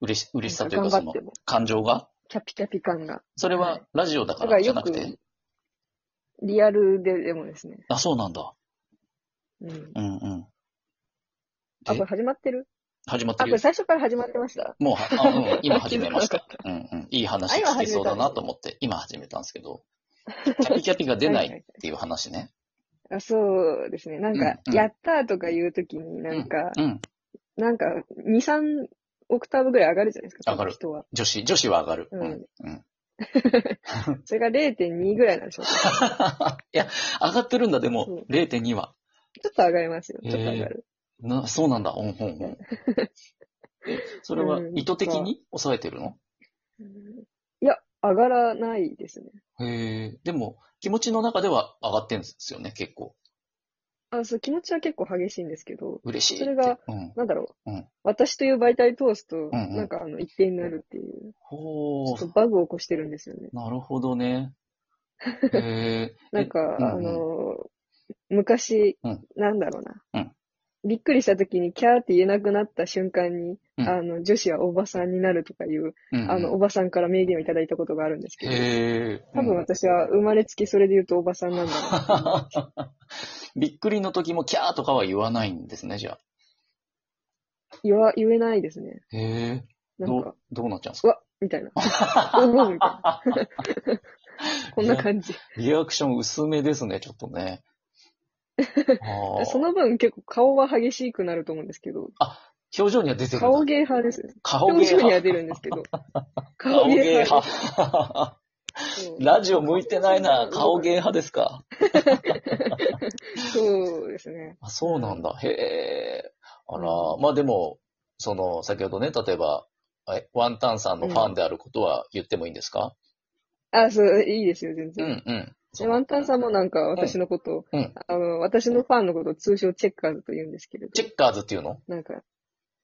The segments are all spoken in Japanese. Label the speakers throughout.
Speaker 1: 嬉し、嬉しさという
Speaker 2: 頑
Speaker 1: か、そ
Speaker 2: 張っ
Speaker 1: の
Speaker 2: て、も、
Speaker 1: 感情が
Speaker 2: キャピキャピ感が。
Speaker 1: それ
Speaker 2: はい
Speaker 1: はラジオだか
Speaker 2: だから
Speaker 1: らじ
Speaker 2: よ
Speaker 1: ゃなくて、
Speaker 2: く、リアルででもですね。
Speaker 1: あ、そうなんだ。
Speaker 2: うん。
Speaker 1: うんうん。
Speaker 2: あ、
Speaker 1: で
Speaker 2: これ始まってる
Speaker 1: 始まって
Speaker 2: あ、こ
Speaker 1: る
Speaker 2: れ
Speaker 1: よ。
Speaker 2: 最初から始まってました
Speaker 1: もうは、あ うん、今始めまし
Speaker 2: 気づ
Speaker 1: た
Speaker 2: かな。
Speaker 1: うんうん。いい話聞けそうだなと思って、今始めたんですけど、キャピキャピが出ないっていう話ね。
Speaker 2: あそうですね。なんか
Speaker 1: う、んうん
Speaker 2: やったーとか言うときに、なんか、
Speaker 1: うん。
Speaker 2: なんか、2、3オクターブぐらい上がるじゃないですか、
Speaker 1: 上がる
Speaker 2: 人は。
Speaker 1: 女子、女子は上がる。
Speaker 2: う
Speaker 1: うんん。うん。
Speaker 2: それが0.2ぐらいなんでしょうか。
Speaker 1: いや、上がってるんだ、で
Speaker 2: そう
Speaker 1: も、0.2は。
Speaker 2: ちょっと上がりますよ。ち
Speaker 1: へ
Speaker 2: ょ
Speaker 1: ー
Speaker 2: っと上がる。
Speaker 1: な、そうなんだ、うん、うん、うん。えそれは
Speaker 2: うん
Speaker 1: 意図的に抑えてるの、
Speaker 2: うんいや、上がらないですね。
Speaker 1: へえ。でも、気持ちの中では上がってんですよね、結構。
Speaker 2: あ、そう、気持ちは結構激しいんですけど、
Speaker 1: 嬉しいって。
Speaker 2: それが
Speaker 1: うん。
Speaker 2: なんだろう。
Speaker 1: うん
Speaker 2: 私という媒体通すと、
Speaker 1: んうん
Speaker 2: なんかあの、一定になるっていう、ち
Speaker 1: ほ
Speaker 2: ょっと
Speaker 1: う。
Speaker 2: バグを起こしてるんですよね。
Speaker 1: なるほど ね。へえ。
Speaker 2: なんか、
Speaker 1: うんうん
Speaker 2: あのー昔、
Speaker 1: うん
Speaker 2: なんだろうな。
Speaker 1: うん
Speaker 2: びっくりした時にキャーって言えなくなった瞬間に、
Speaker 1: うん
Speaker 2: あの、女子はおばさんになるとかいう、
Speaker 1: うんうん
Speaker 2: あの、おばさんから名言をいただいたことがあるんですけど、
Speaker 1: へえ。
Speaker 2: 多分
Speaker 1: うん
Speaker 2: 私は生まれつきそれで言うとおばさんなんだろうな。
Speaker 1: びっくりの時もキャーとかは言わないんですね、じゃあ。
Speaker 2: 言わ、言えないですね。
Speaker 1: へえ。
Speaker 2: なん
Speaker 1: ど
Speaker 2: か
Speaker 1: う、、どうなっちゃうんです
Speaker 2: うわみ たいな。 おおみたいな。こんな感じ。
Speaker 1: かリアクション薄めですね、ちょっとね。あー
Speaker 2: その分結構顔は激しくなると思うんですけど、
Speaker 1: 表情には出てるんだ。
Speaker 2: 顔芸派ですね。
Speaker 1: 顔
Speaker 2: 表情には
Speaker 1: 派。
Speaker 2: 出るんです けど、
Speaker 1: 顔
Speaker 2: 顔芸
Speaker 1: 芸
Speaker 2: 派。
Speaker 1: 派。
Speaker 2: そう
Speaker 1: ラジオ向いてないな。顔芸派ですか。
Speaker 2: そうですね。
Speaker 1: あそうなんだ。へえ。あら、まあでも、その、先ほどね、例えば、えワンタンさんのファンであることは言ってもいいんですか、
Speaker 2: あ、そう、いいですよ、全
Speaker 1: うん、
Speaker 2: 然。
Speaker 1: うんうん
Speaker 2: でワンタンさんもなんか私のことを、
Speaker 1: うん
Speaker 2: あの、私のファンのことを通称チェッカーズと言うんですけれど
Speaker 1: チ、ェッカーズっていうの
Speaker 2: なんか、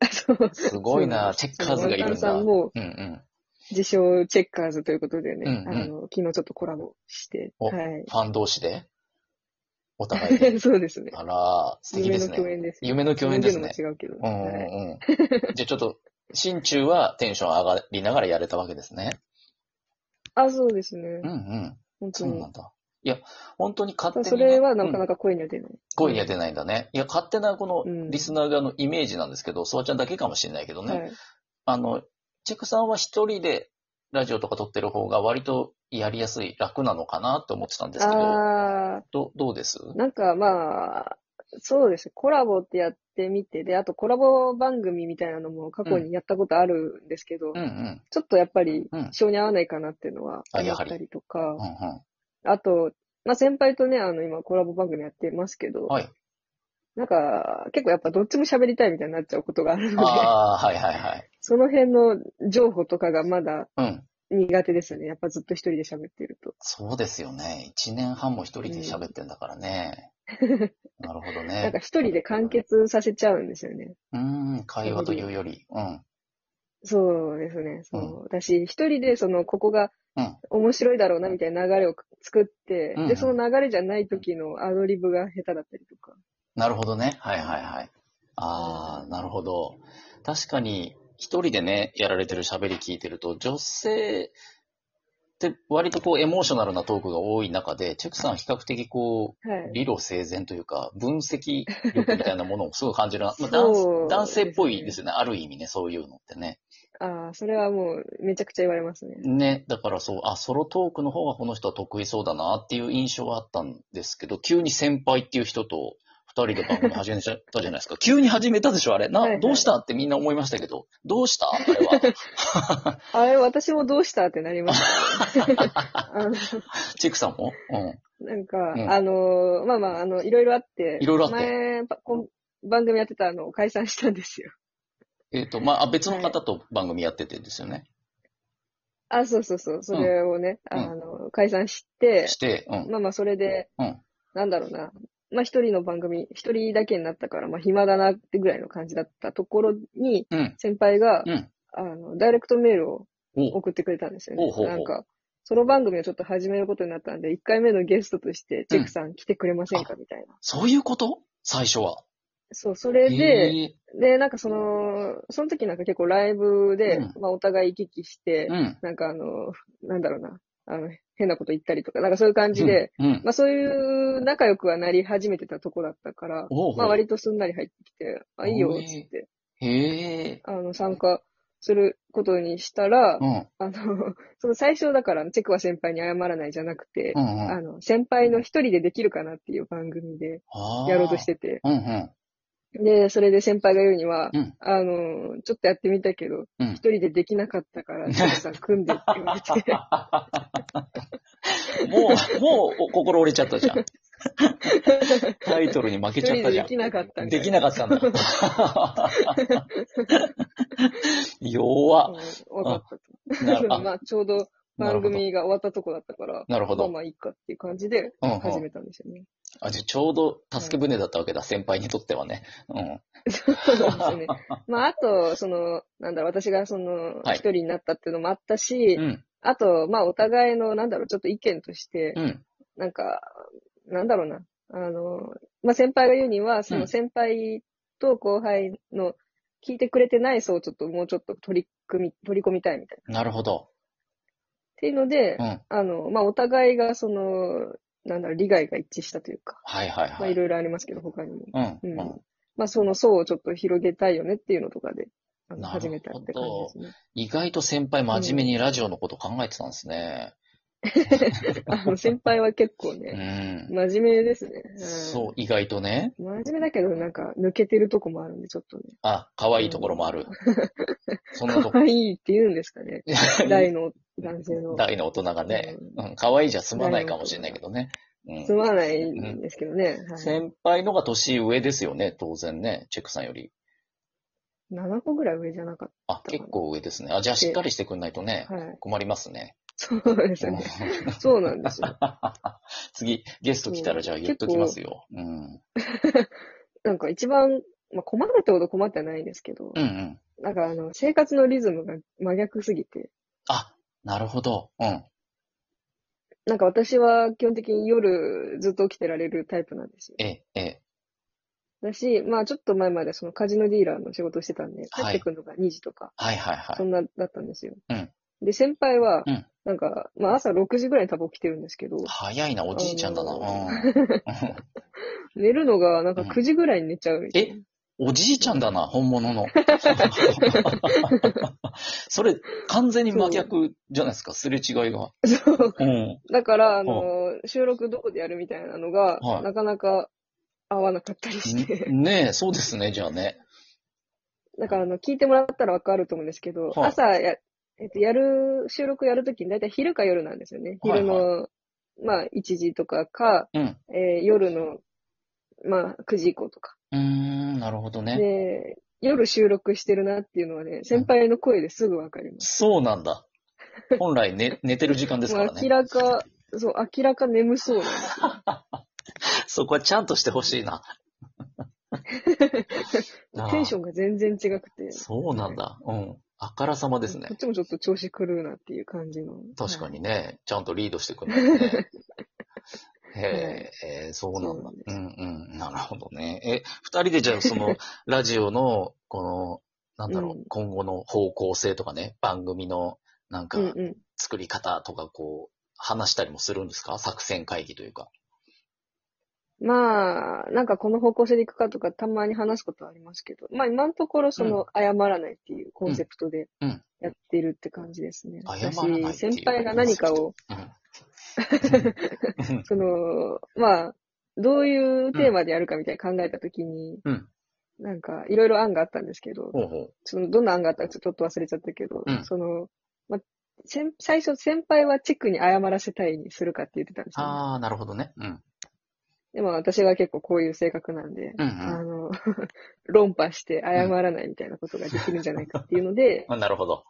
Speaker 2: あそう。
Speaker 1: すごいな、チェッカーズがいるん
Speaker 2: そのワ
Speaker 1: だ。
Speaker 2: ンタンさん
Speaker 1: うん
Speaker 2: も
Speaker 1: うん。
Speaker 2: 自称チェッカーズということでね、
Speaker 1: うんうん
Speaker 2: あの、昨日ちょっとコラボして、
Speaker 1: お
Speaker 2: はい。。
Speaker 1: ファン同士で。お互いで
Speaker 2: そうですね。
Speaker 1: あら、素敵で
Speaker 2: 夢
Speaker 1: す
Speaker 2: の共
Speaker 1: ね。
Speaker 2: 演ですよ。
Speaker 1: 夢の共演ですね
Speaker 2: 夢。のも違うけど。
Speaker 1: うんう
Speaker 2: はい
Speaker 1: んうん。じゃあちょっと、心中はテンション上がりながらやれたわけですね。
Speaker 2: あ、そうですね
Speaker 1: うん。うん。
Speaker 2: 本当
Speaker 1: そう
Speaker 2: に
Speaker 1: な。んだ。いや、本当に勝
Speaker 2: た
Speaker 1: 手に。
Speaker 2: だそれはなか
Speaker 1: うん
Speaker 2: なか声には出ない。
Speaker 1: 声には出ないんだね。いや、勝手なこ
Speaker 2: う
Speaker 1: の
Speaker 2: ん
Speaker 1: リスナー側のイメージなんですけど、ソワちゃんだけかもしれないけどね。
Speaker 2: はい。
Speaker 1: あの、チェクさんは一人でラジオとか撮ってる方が割とやりやすい、楽なのかなと思ってたんですけど、
Speaker 2: あ
Speaker 1: どどうです
Speaker 2: ー、なんかまあ、そうですね。コラボってやってみて、で、あとコラボ番組みたいなのも過去にやったことあるんですけど、
Speaker 1: うんうん。
Speaker 2: ちょっとやっぱり
Speaker 1: うん、
Speaker 2: 性に合わないかなっていうのは
Speaker 1: あ
Speaker 2: 思
Speaker 1: や
Speaker 2: っ
Speaker 1: は
Speaker 2: た
Speaker 1: り
Speaker 2: りとか、
Speaker 1: うん うん。
Speaker 2: あと、まあ先輩とね、あの今コラボ番組やってますけど、
Speaker 1: はい。
Speaker 2: なんか結構やっぱどっちも喋りたいみたいになっちゃうことがあるので、
Speaker 1: ああ、はいはいはい。
Speaker 2: その辺の情報とかがまだ
Speaker 1: うん。
Speaker 2: 苦手ですね。やっぱずっと一人で喋ってると。
Speaker 1: そうですよね。一年半も一人で喋ってんだから ね。なるほど
Speaker 2: なん
Speaker 1: ね
Speaker 2: か。一人で完結させちゃうんですよね。
Speaker 1: うーん、会話というより。うん。
Speaker 2: そうですね。そう。私、一人でその、ここが
Speaker 1: うん
Speaker 2: 面白いだろうなみたいな流れを作って、
Speaker 1: うんう
Speaker 2: で、
Speaker 1: ん
Speaker 2: その流れじゃない時のアドリブが下手だったりとか。
Speaker 1: なるほどね。はいはいはい。ああ、なるほど。確かに、一人でね、やられてる喋り聞いてると、女性って割とこう、エモーショナルなトークが多い中で、チェクさんは比較的こ
Speaker 2: は
Speaker 1: う、
Speaker 2: い。
Speaker 1: 理路整然というか、分析力みたいなものをすごい感じるな。まあ、
Speaker 2: そう
Speaker 1: 男
Speaker 2: ですね
Speaker 1: 男性っぽいですよね。ある意味ね、そういうのってね。
Speaker 2: ああ、それはもう、めちゃくちゃ言われますね。
Speaker 1: ね、だからそう、あ、ソロトークの方がこの人は得意そうだなっていう印象はあったんですけど、急に先輩っていう人と二人で番組始めちゃったじゃないです か。急に始めたでしょ、あれ。な、
Speaker 2: はいはい
Speaker 1: どうしたってみんな思いましたけど、どうしたあれは。
Speaker 2: あれ、私もどうしたってなり ました、ね。あの、
Speaker 1: チェックさんもうん。
Speaker 2: なんか、
Speaker 1: ん
Speaker 2: あのー、まあまあ、あの、いろいろあって、
Speaker 1: いろいろあって
Speaker 2: 前、ばこん番組やってたのを解散したんですよ。
Speaker 1: えっ、と、まああ、別の方と番組やっててですよね。
Speaker 2: あ、そうそうそう、それをね、
Speaker 1: うん
Speaker 2: あの、解散して、
Speaker 1: して、うん。
Speaker 2: まあまあ、それで、
Speaker 1: うん
Speaker 2: なんだろうな。まあ、一人の番組、一人だけになったから、まあ、暇だなってぐらいの感じだったところに、
Speaker 1: うん。
Speaker 2: 先輩が、
Speaker 1: うん。
Speaker 2: あの、ダイレクトメールを
Speaker 1: お
Speaker 2: 送ってくれたんですよ
Speaker 1: ほうほう
Speaker 2: ね。
Speaker 1: ほう
Speaker 2: なんか、その番組をちょっと始めることになったんで、一回目のゲストとして、チェックさん来てくれませんかみたいな。
Speaker 1: そういうこと最初は。
Speaker 2: そう、それで、
Speaker 1: え
Speaker 2: で、なんかその、その時なんか結構ライブで、
Speaker 1: う
Speaker 2: まあお互い行き来して、
Speaker 1: ーうん。
Speaker 2: なんかあの、なんだろうな、あの、変なこと言ったりとか、なんかそういう感じで、
Speaker 1: うん。
Speaker 2: まあそういう仲良くはなり始めてたとこだったから、
Speaker 1: おう
Speaker 2: まあ割とすんなり入ってきて、あ、いいよ、
Speaker 1: お
Speaker 2: つ
Speaker 1: え
Speaker 2: って、
Speaker 1: へえ。
Speaker 2: あの、参加することにしたら
Speaker 1: う、ん。
Speaker 2: あの、 その最初だから、チェクは先輩に謝らないじゃなくて
Speaker 1: う、んうん。
Speaker 2: あの、先輩の一人でできるかなっていう番組で
Speaker 1: ああ。
Speaker 2: やろうとし。てて、
Speaker 1: うんうん。
Speaker 2: で、それで先輩が言うには、
Speaker 1: うん
Speaker 2: あの、ちょっとやってみたけど、
Speaker 1: うん
Speaker 2: 一人でできなかったから、チェクさん組んでって言 われて、
Speaker 1: もう、もうお心折れちゃったじゃん。タイトルに負けちゃったじゃ
Speaker 2: 一人でできなかった
Speaker 1: ん。
Speaker 2: んだ
Speaker 1: できなかったんだ。弱っ。
Speaker 2: うんわかったと。
Speaker 1: なる
Speaker 2: ま
Speaker 1: あ
Speaker 2: あ、ちょうど番組が終わったとこだったから、
Speaker 1: なるほ
Speaker 2: まあ
Speaker 1: ど。
Speaker 2: まあいいかっていう感じで
Speaker 1: うんうん
Speaker 2: 始めたんですよね。
Speaker 1: あ、じゃあちょうど助け舟だったわけだ、先輩にとってはね。うん。
Speaker 2: そうなんですよね。まあ、あと、その、なんだろう、私がその、
Speaker 1: はい
Speaker 2: 一人になったっていうのもあったし、
Speaker 1: うん。
Speaker 2: あと、まあ、お互いの、なんだろう、ちょっと意見として、
Speaker 1: うん。
Speaker 2: なんか、なんだろうな、あの、まあ、先輩が言うには、そ
Speaker 1: うん
Speaker 2: の先輩と後輩の聞いてくれてない層をちょっともうちょっと取り組み、取り込みたいみたいな。っ
Speaker 1: なるほど。
Speaker 2: ていうので、
Speaker 1: うん。はい
Speaker 2: あの、まあ、お互いがその、なんだろう、利害が一致したというか、
Speaker 1: はいはい。
Speaker 2: まあ、いろいろありますけど、他にも。
Speaker 1: うん。
Speaker 2: うん
Speaker 1: うん
Speaker 2: まあ、その層をちょっと広げたいよねっていうのとかで、あの
Speaker 1: なるほど
Speaker 2: 始めたって感じで
Speaker 1: 意外と先輩真面目にラジオのこと考えてたんですね。
Speaker 2: すね。あ の、先輩は結構
Speaker 1: う
Speaker 2: ね、
Speaker 1: ん。
Speaker 2: 真面目ですね。うん
Speaker 1: そう、意外とね。
Speaker 2: 真面目だけど、なんか、抜けてるとこもあるんで、ちょっとね。
Speaker 1: あ、可愛いところもある。そんなとこ
Speaker 2: 可、愛いって言うんですかね。大の男性の。
Speaker 1: 大の大人がね、うん、可愛いじゃ済まないかもしれないけどね。うん
Speaker 2: すまないんですけどね。はい、
Speaker 1: 先輩のが年上ですよね、当然ね、チェックさんより。
Speaker 2: 7個ぐらい上じゃなかっ
Speaker 1: あ、結構上ですね。あ、じゃあしっかりしてくんないとね
Speaker 2: た。、はい。
Speaker 1: 困りますね。
Speaker 2: そうですね。そうなんですよ。
Speaker 1: 次、ゲスト来たらじゃあ言っときますよ。うん。
Speaker 2: なんか一番、まあ、困るってほど困ってはないですけど、
Speaker 1: うんうん。
Speaker 2: なんかあの、生活のリズムが真逆すぎて、
Speaker 1: あ、なるほど。うん。
Speaker 2: なんか私は基本的に夜ずっと起きてられるタイプなんですよ。
Speaker 1: ええ、ええ。
Speaker 2: だし、まあちょっと前までそのカジノディーラーの仕事をしてたんで、
Speaker 1: は
Speaker 2: 帰
Speaker 1: い
Speaker 2: ってくるのが2時とか、
Speaker 1: はいはいは
Speaker 2: そんなだったんですよ。
Speaker 1: うん
Speaker 2: で、先輩は
Speaker 1: うん、
Speaker 2: なんか、まあ朝6時ぐらいに多分起きてるんですけど、
Speaker 1: い。早いな、おじいちゃんだな。
Speaker 2: あ
Speaker 1: うんう
Speaker 2: の。
Speaker 1: ん
Speaker 2: 寝るのがなんか
Speaker 1: うん
Speaker 2: 9時ぐらいに寝ちゃうみたいな。
Speaker 1: おじいちゃんだな、本物 の。それ、完全に真逆じゃないですか、すれ違いが。
Speaker 2: そう。
Speaker 1: うん。
Speaker 2: だから、あの、収録どこでやるみたいなのが、
Speaker 1: はい
Speaker 2: なかなか合わなかったりして、
Speaker 1: ねえ、そうですね、じゃあね。
Speaker 2: だからあの、聞いてもらったらわかると思うんですけど、
Speaker 1: はい
Speaker 2: 朝や、えっと、やる、収録やるときに大体昼か夜なんですよね。
Speaker 1: はいはい
Speaker 2: 昼の、まあ、1時とかか、
Speaker 1: うん。
Speaker 2: えー夜の、まあ、9時以降とか。
Speaker 1: うーん、なるほどね。
Speaker 2: で、夜収録してるなっていうのはね、先輩の声ですぐわかります。
Speaker 1: そうなんだ。本来、ね、寝てる時間ですから
Speaker 2: もう明
Speaker 1: ね。
Speaker 2: らか、そう、明らか眠そうなんですよ。
Speaker 1: そこはちゃんとしてほしいな。ああ
Speaker 2: テンションが全然違くて。
Speaker 1: そうなんだ。うん。あからさまですね
Speaker 2: こっ。ちもちょっと調子狂うなっていう感じの。
Speaker 1: 確か
Speaker 2: はい
Speaker 1: にね、ちゃんとリードしてくるんだ ね。へえ、えーそうなんだ。う
Speaker 2: そ
Speaker 1: んうん。なるほどね。え、二人でじゃあそ の、ラジオの、この、なんだろう、
Speaker 2: うん
Speaker 1: 今後の方向性とかね、番組の、なんか
Speaker 2: う、んうん。
Speaker 1: 作り方とか、こう、話したりもするんですか作戦会議というか。
Speaker 2: まあ、なんかこの方向性でいくかとかたまに話すことはありますけど、まあ今のところその謝らないっていうコンセプトで
Speaker 1: うんうん
Speaker 2: やってるって感じですね。
Speaker 1: 謝らないっていう
Speaker 2: 私、先輩が何かを、
Speaker 1: うん。
Speaker 2: その、まあ、どういうテーマでやるかみたいに考えたときに、
Speaker 1: うん
Speaker 2: なんかいろいろ案があったんですけど、
Speaker 1: ほうほう。
Speaker 2: そのどんな案があったかちょっと忘れちゃったけど、
Speaker 1: うん
Speaker 2: その、まあ、先最初先輩はチェックに謝らせたいにするかって言ってたんですよね、
Speaker 1: あー、なるほどね。うん。
Speaker 2: でも私は結構こういう性格なんで、
Speaker 1: うんう
Speaker 2: あ
Speaker 1: ん
Speaker 2: の、 論破して謝らないみたいなことができるんじゃないかっていうので、
Speaker 1: あ。なるほど。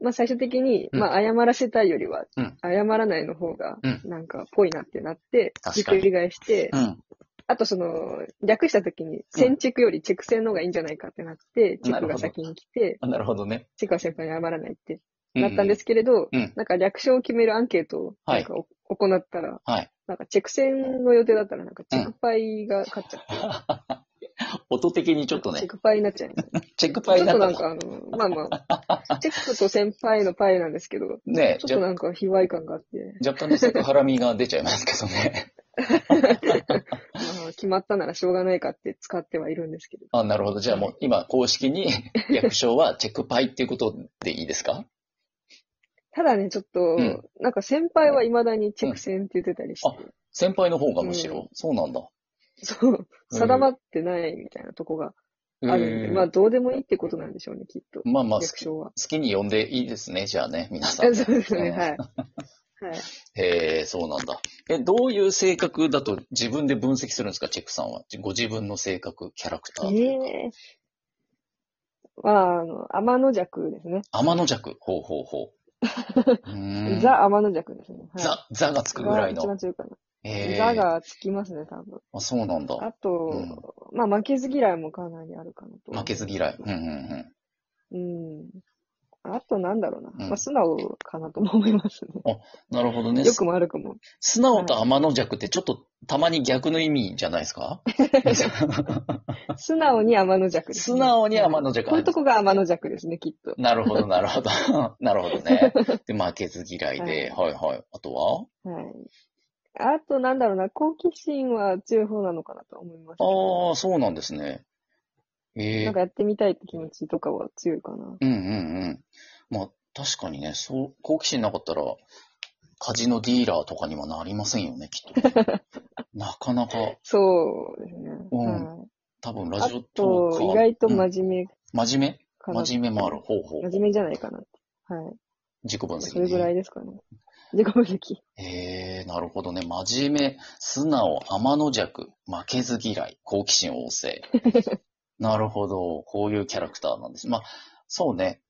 Speaker 2: まあ最終的に、
Speaker 1: うん
Speaker 2: まあ謝らせたいよりは
Speaker 1: うん、
Speaker 2: 謝らないの方が
Speaker 1: うん、
Speaker 2: なんかぽいなってなって、
Speaker 1: 確
Speaker 2: ひっ
Speaker 1: か
Speaker 2: く
Speaker 1: に
Speaker 2: り返して、
Speaker 1: うん。
Speaker 2: あとその、略した時に、先着よりチェク戦の方がいいんじゃないかってなって、チェクが先に来て、
Speaker 1: あなるほどね。
Speaker 2: チェクは先輩に謝らないってなったんですけれど、
Speaker 1: うんうん
Speaker 2: なんか略称を決めるアンケートを
Speaker 1: はい
Speaker 2: なんかお、行ったら、
Speaker 1: はい
Speaker 2: なんかチェク戦の予定だったら、なんかチェクパイが勝っちゃって、
Speaker 1: 音的にちょっと
Speaker 2: チェ
Speaker 1: ね
Speaker 2: ッ、クパイになっちゃいます。
Speaker 1: チェックパイ
Speaker 2: ちょ
Speaker 1: に
Speaker 2: っ
Speaker 1: なっ
Speaker 2: と
Speaker 1: た
Speaker 2: なん
Speaker 1: な。
Speaker 2: かあの、まあま あ、チェックと先輩のパイなんですけど、
Speaker 1: ね
Speaker 2: ちょっとなんか卑猥感があって、
Speaker 1: じゃ若干のセクハラみが出ちゃいますけどね。
Speaker 2: まあ、決まったならしょうがないかって使ってはいるんですけど。
Speaker 1: あ、なるほど。じゃあもう今公式に 略称はチェックパイっていうことでいいですか
Speaker 2: ただね、ちょっと、
Speaker 1: うん
Speaker 2: なんか先輩は未だにチェック戦って言ってたりして、
Speaker 1: 先輩の方がむしろ。
Speaker 2: うん
Speaker 1: そうなんだ。
Speaker 2: そう、定まってないみたいなとこがあるんで、
Speaker 1: うん
Speaker 2: まあどうでもいいってことなんでしょうね、きっと。
Speaker 1: まあまあ、好
Speaker 2: 略
Speaker 1: き好
Speaker 2: 称は。
Speaker 1: きに呼んでいいですね。じゃあね、皆さ。
Speaker 2: そうんですね、はい。はい。
Speaker 1: へえ、そうなんだ。え、どういう性格だと自分で分析するんですか、チェックさんは。ご自分の性格、キャラクター。
Speaker 2: ええまあ、あの、天の弱ですね。
Speaker 1: 天の弱。ほうほう ほう。うーん
Speaker 2: ザ天の弱ですね。はい、
Speaker 1: ザ、ザがつくぐらい
Speaker 2: が一
Speaker 1: の
Speaker 2: 番。強いかな。
Speaker 1: ええ
Speaker 2: ザがつきますね、多分。
Speaker 1: あ、そうなんだ。
Speaker 2: あと、まあ負けず嫌いもかなりあるかなと。
Speaker 1: 負けず嫌い。うんうんうん。
Speaker 2: うん。あとなんだろうな。
Speaker 1: うん
Speaker 2: まあ素直かなとも思いますね。
Speaker 1: なるほどね。
Speaker 2: 良くも悪くも。
Speaker 1: 素直と天の弱ってちょっとたまに逆の意味じゃないです か
Speaker 2: 素直に天の弱です、
Speaker 1: 素直に天
Speaker 2: の
Speaker 1: の弱。
Speaker 2: こういうとこが天の弱ですね、きっと。
Speaker 1: なるほど、なるほど。 なるほどね。で、負けず嫌いで、はい、はい。あとは
Speaker 2: はい。あとなんだろうな。好奇心は強い方なのかなと思います。
Speaker 1: ああ、そうなんですね。ええ
Speaker 2: なんかやってみたいって気持ちとかは強いかな。
Speaker 1: うんうんうん。まあ、確かにね、そう、好奇心なかったら、カジノディーラーとかにはなりませんよね、きっと。 なかなか、
Speaker 2: そうですね。
Speaker 1: うん
Speaker 2: はい
Speaker 1: 多分ラ
Speaker 2: あ
Speaker 1: ジオトー
Speaker 2: と、
Speaker 1: ク
Speaker 2: 意
Speaker 1: は
Speaker 2: 外と
Speaker 1: うん
Speaker 2: 真面目
Speaker 1: 真面
Speaker 2: かな。
Speaker 1: 目真面目もある。ほうほう。
Speaker 2: 真面目じゃないかなって。はい。
Speaker 1: 自己分析、ね。
Speaker 2: それぐらいですかね。自己分析。
Speaker 1: ええなるほどね。真面目、素直、天の弱、負けず嫌い、好奇心旺盛。なるほど。こういうキャラクターなんです。まあ、そうね。